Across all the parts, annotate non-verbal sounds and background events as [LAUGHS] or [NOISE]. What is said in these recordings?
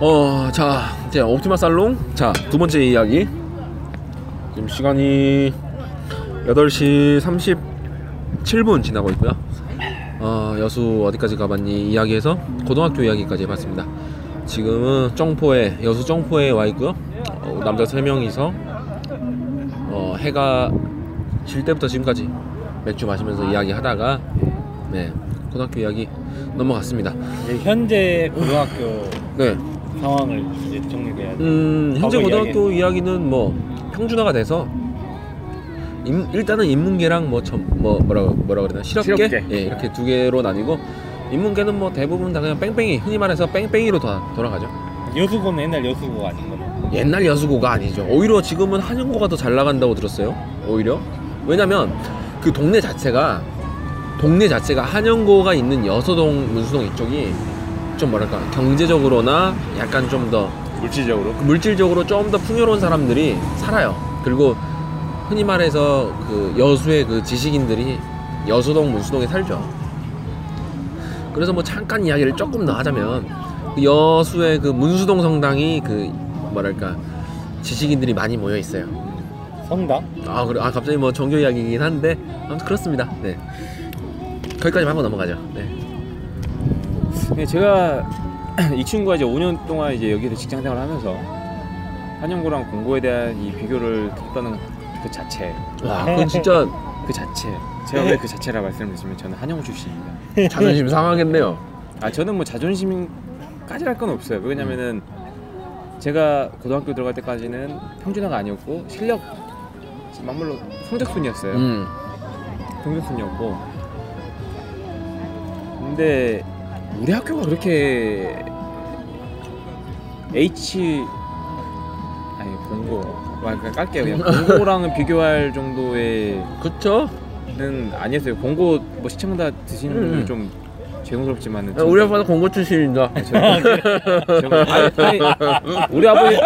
어, 자, 이제 옵티마 살롱. 자, 두 번째 이야기. 지금 시간이 8시 37분 지나고 있고요. 어, 여수 어디까지 가봤니 이야기에서 고등학교 이야기까지 해봤습니다. 지금은 정포에, 여수 정포에 와 있고요. 어, 남자 3명이서 어, 해가 질 때부터 지금까지 맥주 마시면서 이야기 하다가 네, 고등학교 이야기 넘어갔습니다. 이제 현재 고등학교 네. 상황을 이제 정리해야 돼. 음, 현재 과거 고등학교 이야기. 는뭐 평준화가 돼서 인- 일단은 인문계랑 뭐, 점, 뭐 뭐라고 뭐라 그러나 실업계, 실업계. 예, 이렇게 두 개로 나뉘고 인문계는 뭐 대부분 다 그냥 뺑뺑이 흔히 말해서 뺑뺑이로 다 돌아가죠. 여수고는 옛날 여수고 아닌 거네. 옛날 여수고가 아니죠. 오히려 지금은 한영고가 더 잘 나간다고 들었어요. 오히려 왜냐면 그 동네 자체가 동네 자체가 한영고가 있는 여서동 문수동 이쪽이 좀 뭐랄까 경제적으로나 약간 좀더 물질적으로. 그 물질적으로 좀 더 풍요로운 사람들이 살아요. 그리고 흔히 말해서 그 여수의 그 지식인들이 여수동 문수동에 살죠. 그래서 뭐 잠깐 이야기를 조금 더 하자면 그 여수의 그 문수동 성당이 그 뭐랄까 지식인들이 많이 모여 있어요. 성당? 아 그래 아 갑자기 뭐 종교 이야기이긴 한데 아무튼 그렇습니다. 네 거기까지만 하고 넘어가죠. 네. 네, 제가 [CLEARS THROAT] 이 친구가 이제 5년 동안 이제 여기서 직장 생활을 하면서 한영고랑 공고에 대한 이 비교를 했다는 그 자체, 와 그건 진짜 그 자체. 제가 왜 그 자체라 말씀을 드리면 저는 한영고 출신입니다. 자존심 상하겠네요. 아 저는 뭐 자존심까지 할 건 없어요. 왜냐면은 제가 고등학교 들어갈 때까지는 평준화가 아니었고 실력 막물로 성적순이었어요. 음 평균순이었고 근데 우리 학교가 그렇게 H 아니 공고 와, 그냥 깔게요 그냥 공고랑은 비교할 정도의는 그쵸? 아니었어요 공고 뭐 시청 다 드시는 음. 분들 좀 죄송스럽지만은 야, 우리 아빠도 공고 출신입니다. 죄송합니다. 아니, 아니, 우리 아버지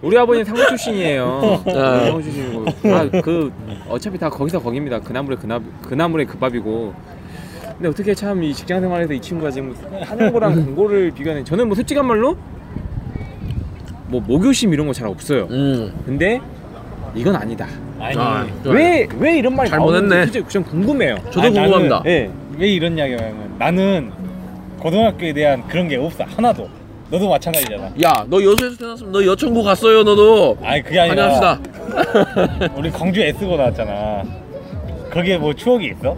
우리 아버지는 상무 출신이에요. 아. 상무 출신이고 아, 그 어차피 다 거기서 거기입니다. 그나물에 그나 그나물에 그 밥이고. 근데 어떻게 참 이 직장 생활에서 이 친구가 지금 [LAUGHS] 한국어랑 공고를 비교하는 저는 뭐 솔직한 말로 뭐 모교심 이런 거 잘 없어요. 음. 근데 이건 아니다. 아니. 아, 왜 왜 이런 말이 잘못했네. 나오는지 진짜 좀 궁금해요. 저도 아니, 나는- 궁금합니다. 예. 왜 이런 이야기를 하냐면 나는 고등학교에 대한 그런 게 없어. 하나도. 너도 마찬가지잖아. 야, 너 여수에서 태어났으면 너 여천고 갔어요, 너도. 아니 그게 아니라 안녕합시다. 우리 광주 S고 나왔잖아. 거기에 뭐 추억이 있어?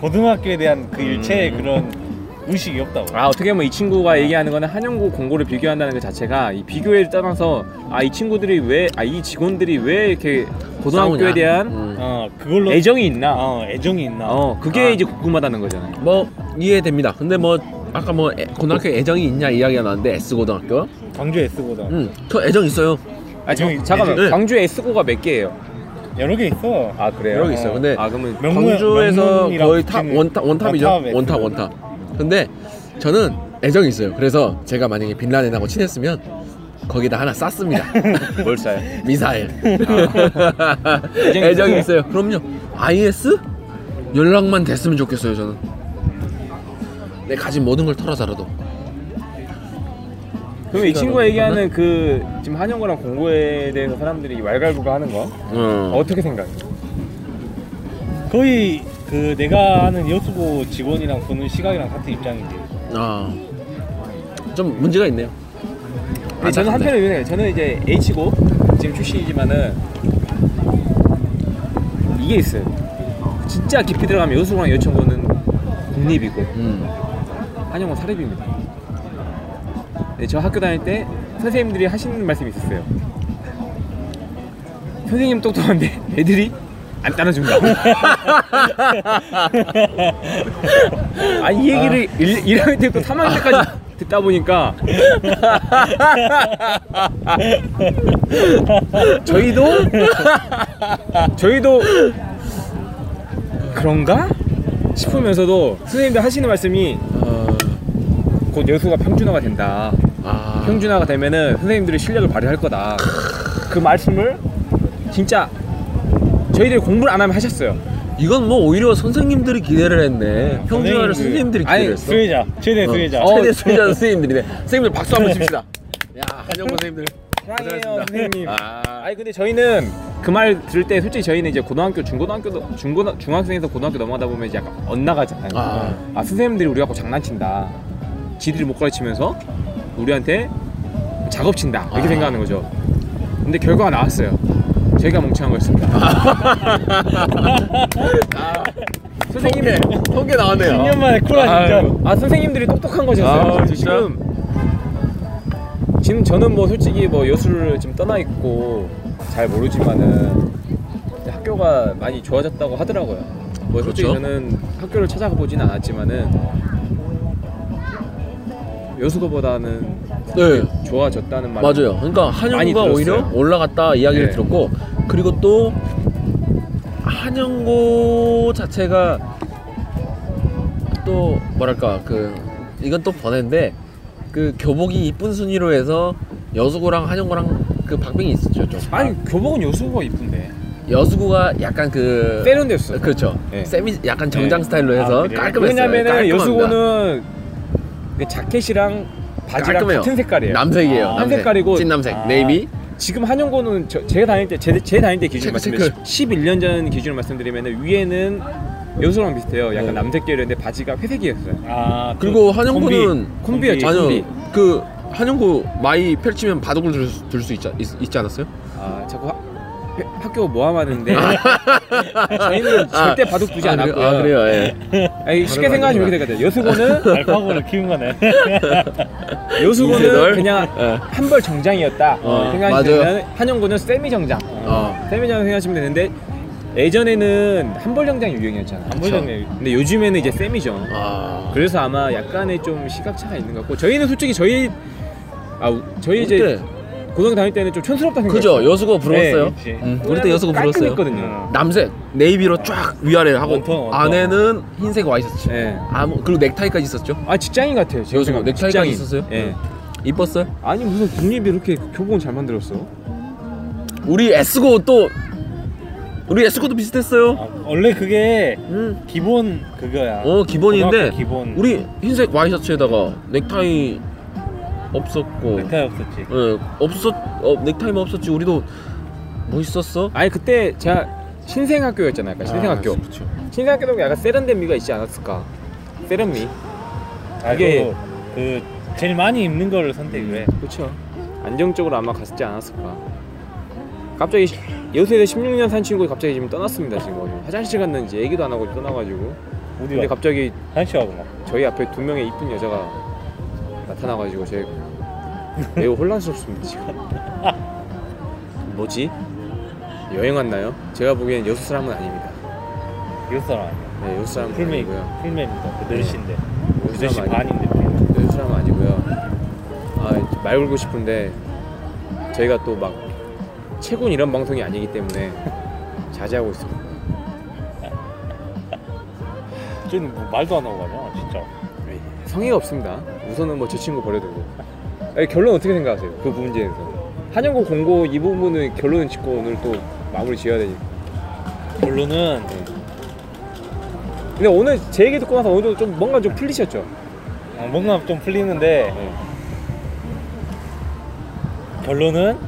고등학교에 대한 그 일체의 그런 의식이 없다고. 아 어떻게 보면 이 친구가 얘기하는 거는 한영고 공고를 비교한다는 것 자체가 이 비교를 떠나서 아 이 친구들이 왜 아 이 직원들이 왜 이렇게 고등학교에 싸우냐. 대한 음. 어 그걸로 애정이 있나 어 애정이 있나? 어 그게 아. 이제 궁금하다는 거잖아요 뭐 이해됩니다. 근데 뭐 아까 뭐 애- 고등학교 애정이 있냐 이야기가 나왔는데 S 고등학교. 광주 S고다. 음, 저 애정 있어요. 아 저, 애정이- 잠깐만 애정이- 광주 S고가 몇 개예요 여러 개 있어. 아 그래요 여러 개 있어요. 근데 아 그러면 명문- 광주에서 명문이라고 거의 탑 붙이는- 아, 원탑 원탑이죠. 원탑 S고. 원탑 원탑. 근데 저는 애정이 있어요. 그래서 제가 만약에 빈라덴하고 친했으면 거기다 하나 쌌습니다. [LAUGHS] 뭘 써요 미사일. 애정이 [LAUGHS] 애정이 있어요? 있어요. 그럼요. IS 연락만 됐으면 좋겠어요. 저는 내 가진 모든 걸 털어서라도. 그러면 이 친구가 얘기하는 그 지금 한영고랑 공고에 대해서 사람들이 왈가왈부가하는 거 어. 어떻게 생각해 거의 그 내가 아는 여수고 직원이랑 보는 시각이랑 같은 입장이지. 아. 좀 문제가 있네요. 근데 네, 저는 한편에 의해요. 저는 이제 H고 지금 출신이지만은 이게 있어요. 진짜 깊이 들어가면 여수랑 여천고는 국립이고 음. 한영은 사립입니다. 네, 저 학교 다닐 때 선생님들이 하시는 말씀이 있었어요. 선생님 똑똑한데 애들이 안 따라준다. [LAUGHS] 아 이 얘기를 일 1, 학년 때부터 3학년 때까지 듣다 보니까 저희도 저희도 그런가 싶으면서도 선생님들 하시는 말씀이 어. 곧 여수가 평준화가 된다. 아. 평준화가 되면은 선생님들이 실력을 발휘할 거다. 그 말씀을 진짜 저희들이 공부를 안 하면 하셨어요. 이건 뭐 오히려 선생님들이 기대를 했네. 평준화를 선생님들이 선생님들. 기대를 아니, 했어. 수혜자 최대 어. 수혜자 최대 수혜자 선생님들이네. 선생님들 박수 한번 칩시다. 야 한영구 선생님들. 사랑해요 고생하셨습니다. 선생님. 아. 아니 근데 저희는 그 말 들을 때 솔직히 저희는 이제 고등학교 중고등학교 중고 중학생에서 고등학교 넘어가다 보면 이제 약간 엇나가잖아요. 아. 아, 선생님들이 우리 갖고 장난친다. 지들이 못 가르치면서 우리한테 작업친다 이렇게 아. 생각하는 거죠. 근데 결과가 나왔어요. 저희가 멍청한 [LAUGHS] 거였습니다. 아, 선생님 통계 통계 나왔네요. 10년 만에 쿨한 진짜 아 선생님들이 똑똑한 거셨어요. 아, 진짜? 지금 지금 저는 뭐 솔직히 뭐 여수를 지금 떠나 있고 잘 모르지만은 학교가 많이 좋아졌다고 하더라고요. 뭐 솔직히 그렇죠. 저는 학교를 찾아가 보진 않았지만은 여수거보다는 네. 좋아졌다는 말. 맞아요. 그러니까 한영구가 음, 많이 오히려 들었어요. 올라갔다 이야기를 네. 들었고 그리고 또 한영구 자체가 또 뭐랄까 그 이건 또 번외인데 그 교복이 이쁜 순위로 해서 여수구랑 한영구랑 그 박빙이 있었죠 좀. 아니 교복은 여수가 이쁜데 여수구가 약간 그 세련됐어. 그렇죠. 네. 세미 약간 정장 스타일로 아, 해서 그래요? 깔끔했어요. 왜냐면은 깔끔합니다. 여수고는 그 자켓이랑 바지랑 깔끔해요. 같은 색깔이에요. 남색이에요. 아, 남색. 색깔이고. 진남색 아. 네이비. 지금 한영고는 저, 제가 다닐 때, 제, 제 다닐 때 기준 체크, 말씀드리면 11년 전 기준으로 말씀드리면 위에는 여수랑 비슷해요. 약간 네. 남색 계열인데 바지가 회색이었어요. 아, 그리고 한영구는 예, 콤비였죠. 아니요 콤비. 예, 그 한영구 마이 펼치면 바둑을 들수 들수 있지, 있, 있지 않았어요? 아 자꾸 하- 회- 학교 [LAUGHS] 뭐 모함하는데 저희는 절대 바둑 두지 아, 그래- 않았고요. 아 그래요. 예. 아니, 쉽게 바둑 생각하시면 아니구나. 이렇게 되거든요. 여수고는 알파고를 키운 거네 [LAUGHS] 여수고는 이세돌? 그냥 예. 한벌 정장이었다 어, 생각하시면 한영고는 세미 정장. 어. 세미 정장 생각하시면 되는데 예전에는 한벌 정장이 유행이었잖아요. 안보이던데 근데 요즘에는 이제 세미죠. 아. 그래서 아마 약간의 좀 시각차가 있는 것 같고 저희는 솔직히 저희 아 우- 저희 이제 그때, 고등학교 다닐 때는 좀 촌스럽다 그죠 생각했어요. 여수고 부러웠어요. 그치. 음, 우리 때 여수고 부러웠어요. 깔끔했거든요. 남색 네이비로 쫙 위아래 하고 원통, 원통. 안에는 흰색 와이셔츠. 예. 아무 그리고 넥타이까지 있었죠. 아 직장인 같아요. 지금 여수고 생각하면. 넥타이까지 직장인. 있었어요? 예. 이뻤어요? 아니 무슨 국립이 이렇게 교복은 잘 만들었어? 우리 S고 또 우리 S고도 비슷했어요. 아, 원래 그게 음. 기본 그거야 어 기본인데 고등학교 기본 우리 흰색 와이셔츠에다가 넥타이 없었고 넥타이 없었지 예, 없었 어, 넥타이만 없었지 우리도 멋있었어 아니 그때 제가 신생학교였잖아요. 약간 신생학교. 그렇죠. 신생학교도 약간 세련된 미가 있지 않았을까? 세련미. 아, 이게- 그리고 그 제일 많이 입는 거를 선택을 해 그렇죠. 안정적으로 아마 갔지 않았을까. 갑자기 시- 여수에서 16년 산 친구 갑자기 지금 떠났습니다 지금 화장실 갔는지 얘기도 안 하고 떠나가지고 근데 우리가 갑자기 한시하고 막 저희 앞에 두 명의 이쁜 여자가 나타나가지고 제 매우 혼란스럽습니다 지금 [LAUGHS] 뭐지 여행 왔나요? 제가 보기엔 여수 사람은 아닙니다. 이거 사람 아니야 네 여수 사람은 풀메이 아니고요. 풀메입니다 네. 그 4시인데 여수 8시 사람 아니 반인데 풀메. 네, 여수 사람 아니고요. 아말 걸고 싶은데 저희가 또 막 최군 이런 방송이 아니기 [LAUGHS] 때문에 자제하고 있습니다. 쟤는 뭐 말도 안 하고 가냐 진짜 성의가 없습니다. 우선은 뭐 제 친구 버려두고. 아니, 결론 어떻게 생각하세요? 그 문제에서 한영고 공고 이 부분은 결론을 짓고 오늘 또 마무리 지어야 되니까. 결론은 네. 근데 오늘 제 얘기 듣고 나서 어느 정도 좀 뭔가 좀 풀리셨죠? 어, 뭔가 좀 풀리는데 네. 결론은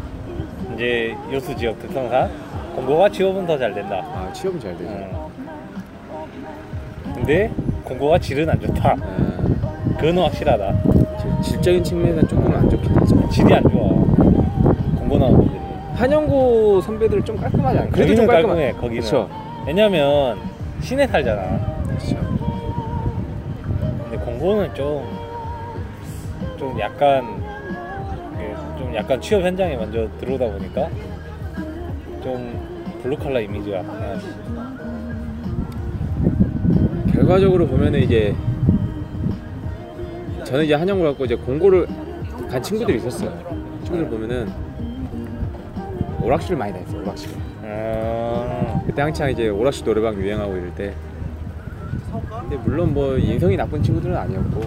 이제 여수 지역 특성상 공고가 취업은 더 잘 된다 아 취업은 잘 되죠. 음. 근데 공고가 질은 안 좋다 아, 그건 확실하다 지- 질적인 측면에서 조금 안 좋긴 하죠. 질이 안 좋아 공고 나온 분들이 한영고 선배들은 좀 깔끔하지 않아요? 그래도 거기는 좀 깔끔한. 깔끔해 거기는 그렇죠. 왜냐면 시내 살잖아 그렇죠. 근데 공고는 좀 좀 약간 그, 좀 약간 취업 현장에 먼저 들어오다 보니까 좀 블루칼라 이미지가 강한 결과적으로 보면은 이제 저는 이제 한영고 갖고 이제 공고를 간 친구들이 있었어요. 친구들 보면은 오락실을 많이 다녔어요. 오락실. 아, 그때 한창 이제 오락실 노래방 유행하고 이럴 때 근데 물론 뭐 인성이 나쁜 친구들은 아니었고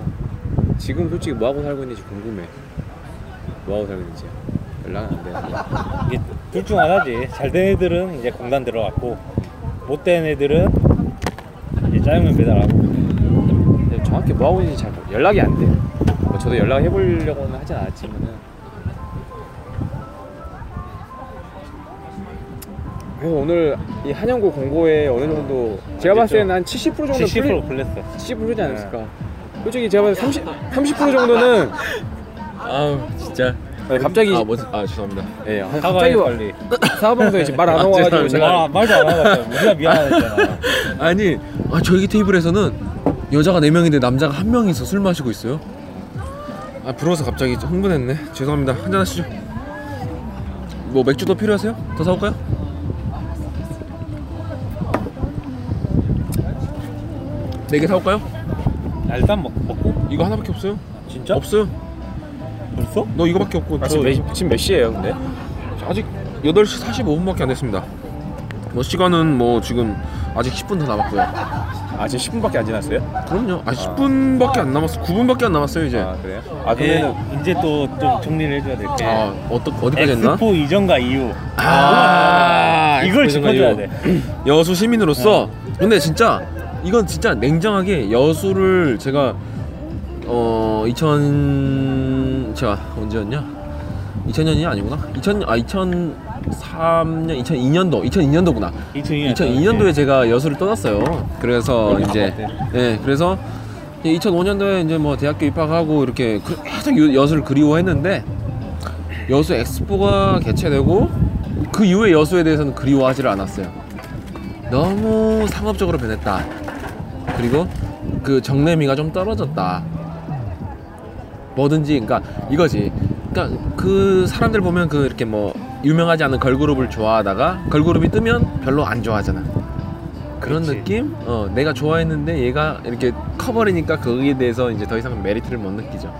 지금 솔직히 뭐하고 살고 있는지 궁금해 뭐하고 살고 있는지 연락은 안돼 이게 둘 중 하나지 잘 된 애들은 이제 공단 들어갔고 못된 애들은 짜장면 배달하고 근데 정확히 뭐 하고 있는지 잘 모르- 연락이 안 돼요. 뭐 저도 연락 해보려고는 하진 않았지만은 그래서 오늘 이 한영고 공고에 어느 정도 제가 봤을 때는 한 70% 정도 70% 불렸어. 70% 되지 않았을까? 솔직히 제가 봤을 때 30, 30% 정도는 아 진짜 네, 갑자기 아, 뭐지? 아 죄송합니다 예, 한- 갑자기 사과해 빨리. [LAUGHS] 사업방송에 지금 말안 아, 나와가지고 죄송합니다. 제가 아 말도 안 하고 우리가 [LAUGHS] 미안하잖아. 아니 아 저희 테이블에서는 여자가 4명인데 남자가 한명이서술 마시고 있어요 아 부러워서 갑자기 흥분했네 죄송합니다 한잔 하시죠 뭐 맥주 더 필요하세요? 더 사올까요? 네 개 사올까요? 아, 일단 먹, 먹고 이거 하나밖에 없어요? 진짜 없어요 벌써? 너 이거밖에 없고 아, 저 지금, 몇, 지금 몇 시예요 근데? 아직 8시 45분밖에 안 됐습니다 뭐 시간은 뭐 지금 아직 10분 더 남았고요 아 지금 10분밖에 안 지났어요? 그럼요 아 10분밖에 안 남았어 9분밖에 안 남았어요 이제 아 그래요? 아 예, 그러면은 이제 또 좀 정리를 해줘야 될 게. 아 어떠, 어디까지 했나? 예. 엑스포 이전과 이후 아, 그 이걸 짚어줘야 돼. 여수 어. 시민으로서 근데 진짜 이건 진짜 냉정하게 여수를 제가 어 2000... 제가 언제였냐? 2000년이 아니구나? 2000... 아 2003년... 2002년도 2002년도구나 2002년. 2002년도에 제가 여수를 떠났어요. 그래서 이제 예, 그래서 2005년도에 이제 뭐 대학교 입학하고 이렇게 그- 계속 유- 여수를 그리워했는데 여수 엑스포가 개최되고 그 이후에 여수에 대해서는 그리워하지를 않았어요. 너무 상업적으로 변했다. 그리고 그 정내미가 좀 떨어졌다. 뭐든지 그러니까 이거지. 그러니까 그 사람들 보면 그 이렇게 뭐 유명하지 않은 걸그룹을 좋아하다가 걸그룹이 뜨면 별로 안 좋아하잖아. 그런 그치. 느낌? 어, 내가 좋아했는데 얘가 이렇게 커버리니까 거기에 대해서 이제 더 이상 메리트를 못 느끼죠.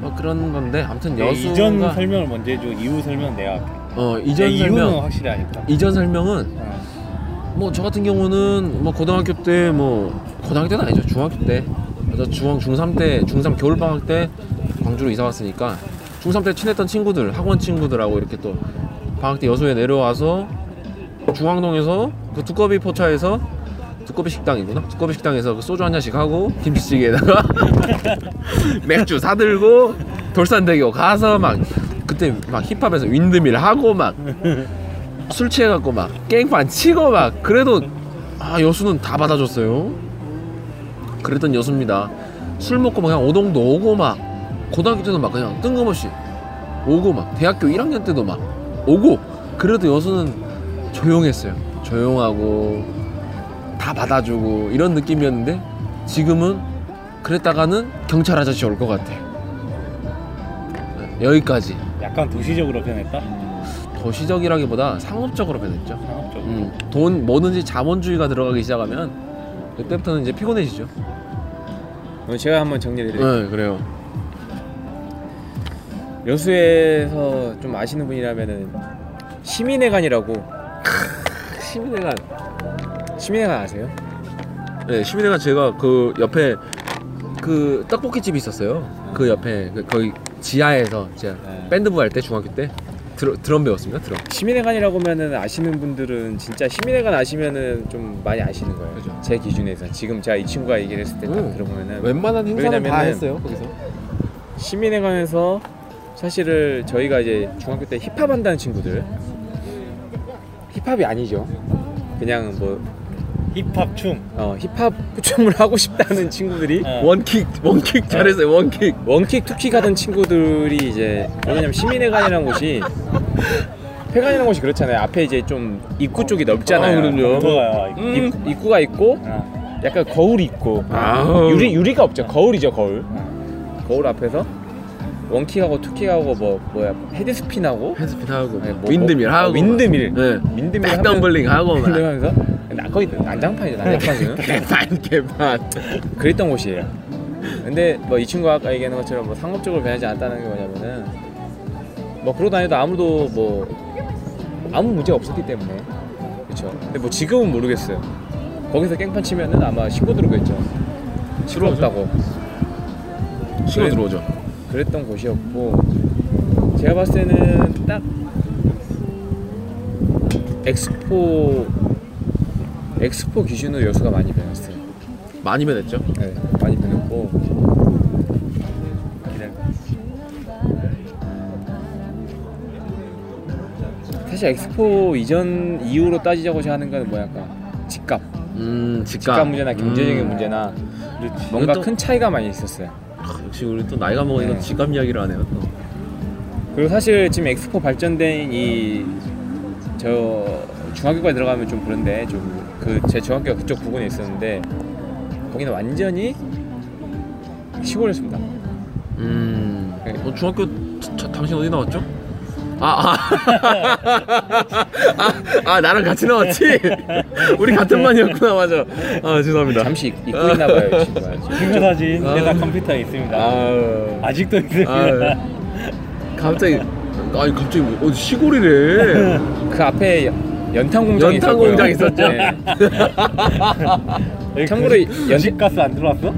뭐 그런 건데 아무튼 예, 여수가 이전 설명을 먼저 해줘. 이후 설명 내가. 할게. 어 이전 네, 예, 이유는 설명 확실히 아니까. 어. 이전 설명은 뭐 저 같은 경우는 뭐 고등학교 때 뭐 고등학교 때는 아니죠 중학교 때저 중학 중3 때 중3 겨울 방학 때 광주로 이사 왔으니까 중3 때 친했던 친구들 학원 친구들하고 이렇게 또 방학 때 여수에 내려와서 중앙동에서 그 두꺼비 포차에서 두꺼비 식당이구나 두꺼비 식당에서 그 소주 한 잔씩 하고 김치찌개에다가 [LAUGHS] 맥주 사들고 돌산대교 가서 막 그때 막 힙합에서 윈드밀 하고 막 술 취해갖고 막 깽판 치고 막 그래도 아 여수는 다 받아줬어요. 그랬던 여수입니다. 술 먹고 막 그냥 오동도 오고 막 고등학교 때도 막 그냥 뜬금없이 오고 막 대학교 1학년 때도 막 오고 그래도 여수는 조용했어요. 조용하고 다 받아주고 이런 느낌이었는데 지금은 그랬다가는 경찰 아저씨 올 것 같아. 네, 여기까지 약간 도시적으로 변했다. 도시적이라기보다 상업적으로 변했죠. 상업적으로. 음, 돈 뭐든지 자본주의가 들어가기 시작하면 그때부터는 이제 피곤해지죠. 오늘 어, 제가 한번 네. 정리해드릴게요 어. 그래요. 여수에서 좀 아시는 분이라면은 시민회관이라고 시민회관. 시민회관 아세요? 네, 시민회관 제가 그 옆에 그 떡볶이 집이 있었어요. 그 옆에 그 거기 지하에서 제가 네. 밴드부 할 때 중학교 때 드럼, 드럼 배웠습니다. 드럼. 시민회관이라고 하면은 아시는 분들은 진짜 시민회관 아시면은 좀 많이 아시는 거예요. 그죠. 제 기준에서 지금 제가 이 친구가 얘기를 했을 때 딱 음. 들어보면은 네. 웬만한 행사는 다 했어요, 거기서. 시민회관에서 사실을 저희가 이제 중학교 때 힙합 한다는 친구들 힙합이 아니죠. 그냥 뭐 힙합 춤. 어, 힙합 춤을 [LAUGHS] 하고 싶다는 친구들이 어. 원킥 원킥 잘했어요. 네, 원킥. 원킥 투킥 하던 친구들이 이제 왜냐면 시민회관이라는 곳이 회관이라는 곳이 그렇잖아요. 앞에 이제 좀 입구 쪽이 넓잖아요. 아, 그럼요. 뭐야? 어, 이거. 음. 입, 입구가 있고 아, 약간 거울이 있고 아우. 음. 유리 유리가 없죠. 거울이죠 거울. 거울 앞에서 원킥하고 투킥하고 뭐 뭐야 헤드스핀하고 핸드핀 하고 네, 뭐- 윈드밀 하고. 어, 윈드밀. 네. 민드밀 하면서- 백덤블링 하고 막. [LAUGHS] 윈드밀 하면서 나 거의 난장판이죠 난장판 지금. 개판 개판. 아, 그랬던 곳이에요. 근데 뭐 이 친구가 아까 얘기하는 것처럼 뭐 상업적으로 변하지 않았다는 게 뭐냐면은 뭐 그러고 다녀도 아무도 뭐 아무 문제가 없었기 때문에 그렇죠. 근데 뭐 지금은 모르겠어요. 거기서 깽판 치면은 아마 신고 들어오겠죠. 신고 없다고 네. 신호 들어오죠. 그랬던 곳이었고 제가 봤을 때는 딱 엑스포 엑스포 기준으로 여수가 많이 변했어요. 많이 변했죠. 네, 많이 변했고 기다려. 사실 엑스포 이전 이후로 따지자고자 하는 건 뭐야 약간 집값 음, 집값 문제나 경제적인 음. 문제나 그렇지. 뭔가 이것도- 큰 차이가 많이 있었어요 크, 아, 역시 우리 또 나이가 먹으니까 네. 집값 이야기를 하네요. 또. 그리고 사실 지금 엑스포 발전된 이 저 중학교까지 들어가면 좀 그런데 좀 그 제 중학교가 그쪽 부근에 있었는데 거기는 완전히 시골이었습니다. 음. 네. 어, 중학교 저- 저- 당신 어디 나왔죠? 아, [LAUGHS] 아. 아, 아, 나랑 같이 나왔지? [LAUGHS] 우리 같은 반이었구나, 맞아. 아, 죄송합니다. 네, 잠시 잊고 있나 봐요, 이 친구가. 증거 사진 아. 회사 컴퓨터에 있습니다. 아, 아직도 있습니다. 아, 네. 갑자기, 아니, 갑자기, 뭐- 어디 시골이래. 그 앞에 연- 연탄 네. 공장 연탄 공장 있었죠? 여기 참고로 그- 연- 집가스 안 들어왔어?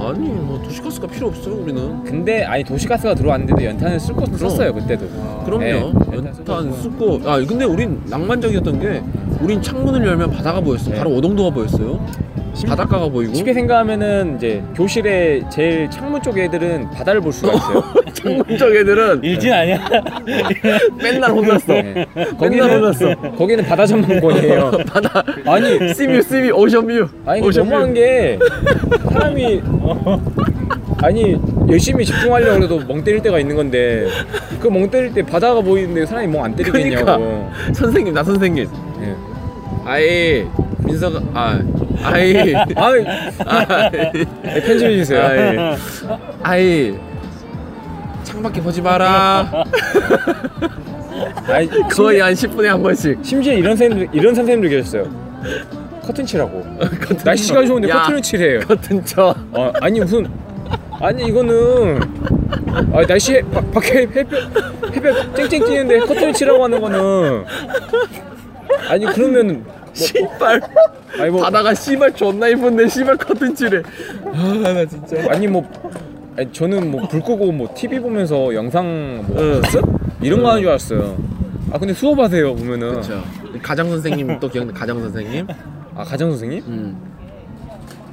아니, 뭐, 도시가스가 필요 없어요, 우리는. 근데 아니 도시가스가 들어왔는데도 연탄을 쓸 곳은 그럼. 아, 썼어요 그때도. 그럼요. 네, 연탄 연탄 쓰고. 쏟고. 아, 근데 우린 낭만적이었던 게, 우린 창문을 열면 바다가 보였어. 네. 바로 오동도가 보였어요. 심- 바닷가가 보이고. 쉽게 생각하면은 이제 교실에 제일 창문 쪽 애들은 바다를 볼 수가 [LAUGHS] 있어요. [LAUGHS] 창문적 애들은 일진 아니야? [LAUGHS] 맨날 혼났어. 네. 맨날 혼났어. 거기는 바다 전문권이에요. [LAUGHS] 바다 아니 씨뮤 씨뮤 오션뮤 아니 근데 너무한 게 사람이 아니 열심히 집중하려고 해도 멍 때릴 때가 있는 건데 그 멍 때릴 때 바다가 보이는데 사람이 멍 안 때리겠냐고 그러니까 [LAUGHS] 선생님 나 선생님 예. 아이 민서가 아 아이 [LAUGHS] 아이 아이 네, 편집해 주세요 아이, 예. 아이 창밖에 보지 마라 아이, 거의 한 10분에 한 번씩 심지어 이런 선생님들 이런 선생님들 계셨어요 커튼 칠하고 날씨가 좋은데 야. 커튼을 칠해요 같은 척 아, 아니 무슨 아니 이거는 아, 날씨 바, 밖에 햇볕 햇볕 쨍쨍 찌는데 커튼을 치라고 하는 거는 아니 그러면 씨발 아니 뭐 바다가 씨발 존나 이쁜데 씨발 커튼칠해 아나 진짜 아니 뭐 아니, 저는 뭐 불 끄고 뭐 TV 보면서 영상 뭐 응. 학습? 이런 거 하는 줄 알았어요. 아 근데 수업하세요 보면은 그렇죠 가장 선생님 또 기억나 가장 선생님 아 가정 선생님? 음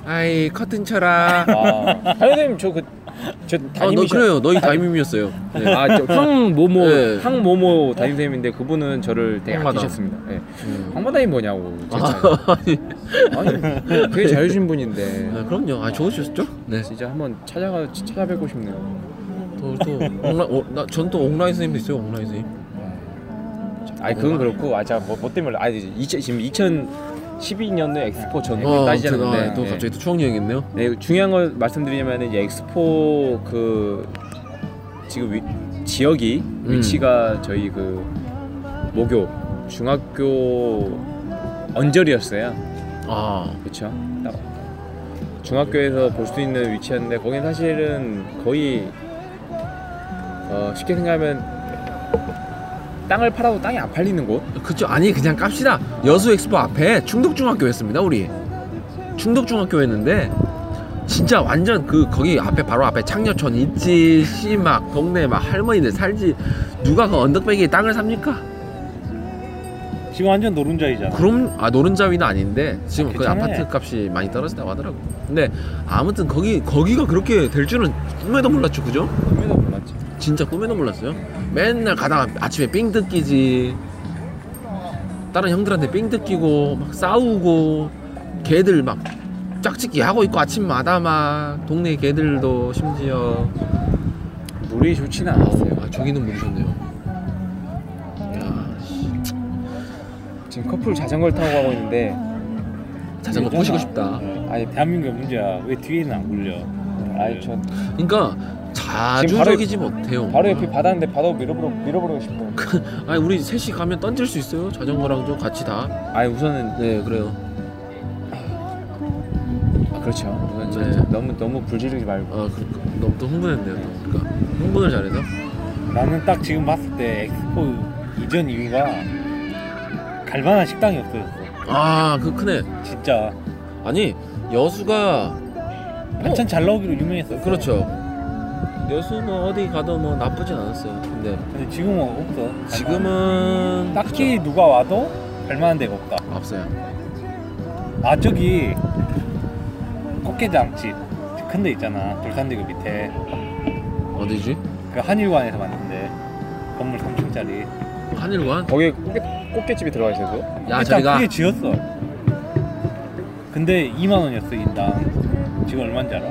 아이 커튼 쳐라 아 가정 선생님 저그저 아, 너 담임이 그래요. 너희 [LAUGHS] 담임이었어요. 네. 아, 아저황 모모 네. 황 모모 담임 선생님인데 그분은 저를 되게 황마담. 아끼셨습니다. 예. 음. 황마담이 뭐냐고. 제 차에. 아니, 아니 되게 잘해주신 분인데 아, 그럼요. 아, 좋으셨죠? 네. 진짜 한번 찾아가 찾아뵙고 싶네요. 또또 옥라 어, 나전또 옥라인 선생님도 있어요. 옥라인 선생님. 아니 그건 그렇고 아자뭐 뭐 때문에 아니 이제 지금 2012년도 엑스포 전후 어, 아무튼, 따지자는데 아, 또 예. 갑자기 또 추억 여행했네요. 네, 중요한 걸 말씀드리자면 이제 엑스포 그 지금 위, 지역이 위치가 저희 그 모교 중학교 언저리였어요. 아, 그렇죠. 중학교에서 볼 수 있는 위치였는데 거긴 사실은 거의 어, 쉽게 생각하면 땅을 팔아도 땅이 안 팔리는 곳. 그쵸. 아니 그냥 깝시다. 여수 엑스포 앞에 충덕 중학교였습니다. 우리 충덕 중학교였는데 진짜 완전 그 거기 앞에 바로 앞에 창녀촌 있지 씨막 동네 막 할머니들 살지 누가 그 언덕배기에 땅을 삽니까? 지금 완전 노른자이잖아. 그럼 아 노른자 위는 아닌데 지금 그 괜찮아요. 아파트 값이 많이 떨어진다고 하더라고. 근데 아무튼 거기 거기가 그렇게 될 줄은 꿈에도 몰랐죠, 그죠? 꿈에도 몰랐지. 진짜 꿈에도 몰랐어요. 맨날 가다가 아침에 삥 뜯기지. 다른 형들한테 삥 뜯기고 막 싸우고 개들 막 짝짓기 하고 있고 아침마다 막 동네 개들도 심지어 물이 좋지는 않았어요. 아 저기는 모르셨네요. 야 씨, 지금 커플 자전거를 타고 가고 있는데 자전거 이러잖아. 꼬시고 싶다. 네. 아니 대한민국 문제야. 왜 뒤에는 안 굴려? 아니 전 그러니까 자주적이지 못해요. 바로 옆에 바다인데 바다 밀어버려 밀어버리고 싶어요. 아니 우리 셋이 가면 던질 수 있어요 자전거랑 좀 같이 다. 아니 우선은 네 그래요. 아, 그렇죠. 우선 네. 진짜 너무 너무 불지르지 말고. 아 그러니까 너무 또 흥분했네요. 또. 그러니까 흥분을 잘해서. 나는 딱 지금 봤을 때 엑스포 이전 이유가 갈만한 식당이 없어졌어. 아그 크네. 진짜 아니 여수가 반찬 잘 나오기로 유명했어. 그렇죠. 여수 뭐 어디 가도 뭐 나쁘진 않았어요. 근데 근데 지금은 없어. 지금은 딱히 누가 와도 갈만한 데가 없다. 그렇죠. 없어요. 아 저기 아, 꽃게장집 큰 데 있잖아 돌산대교 밑에 어디지? 그 한일관에서 만든데 건물 3층짜리 한일관? 거기에 꽃게, 꽃게집이 들어가 있어요. 야 일단 저희가 크게 지었어 근데 2만 원이었어 인당 지금 얼마인지 알아?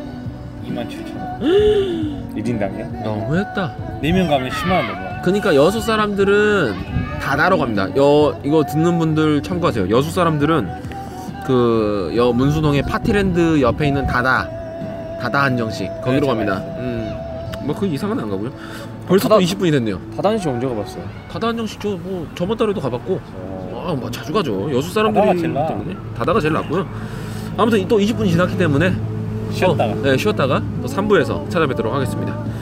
2만 7천 원 1인당이요? 너무했다. 4명 가면 뭐. 10만 원 넘어 그러니까 여수 사람들은 다 나러 갑니다. 여 이거 듣는 분들 참고하세요. 여수 사람들은 그 여 문수동의 파티랜드 옆에 있는 다다 다다 한정식 거기로 그렇죠, 갑니다. 음. 맞아요. 음뭐그 이상은 안 가고요. 벌써 또 다다- 20분이 됐네요. 다단시 언제 가봤어요? 다다 한정식 저 뭐 저번 달에도 가봤고 어... 아, 뭐 자주 가죠. 여수 사람들이 다다가 제일 나아. 때문에 다다가 제일 낫고요. 아무튼 또 20분이 지났기 때문에 쉬었다가 어, 네, 쉬었다가 또 3부에서 찾아뵙도록 하겠습니다.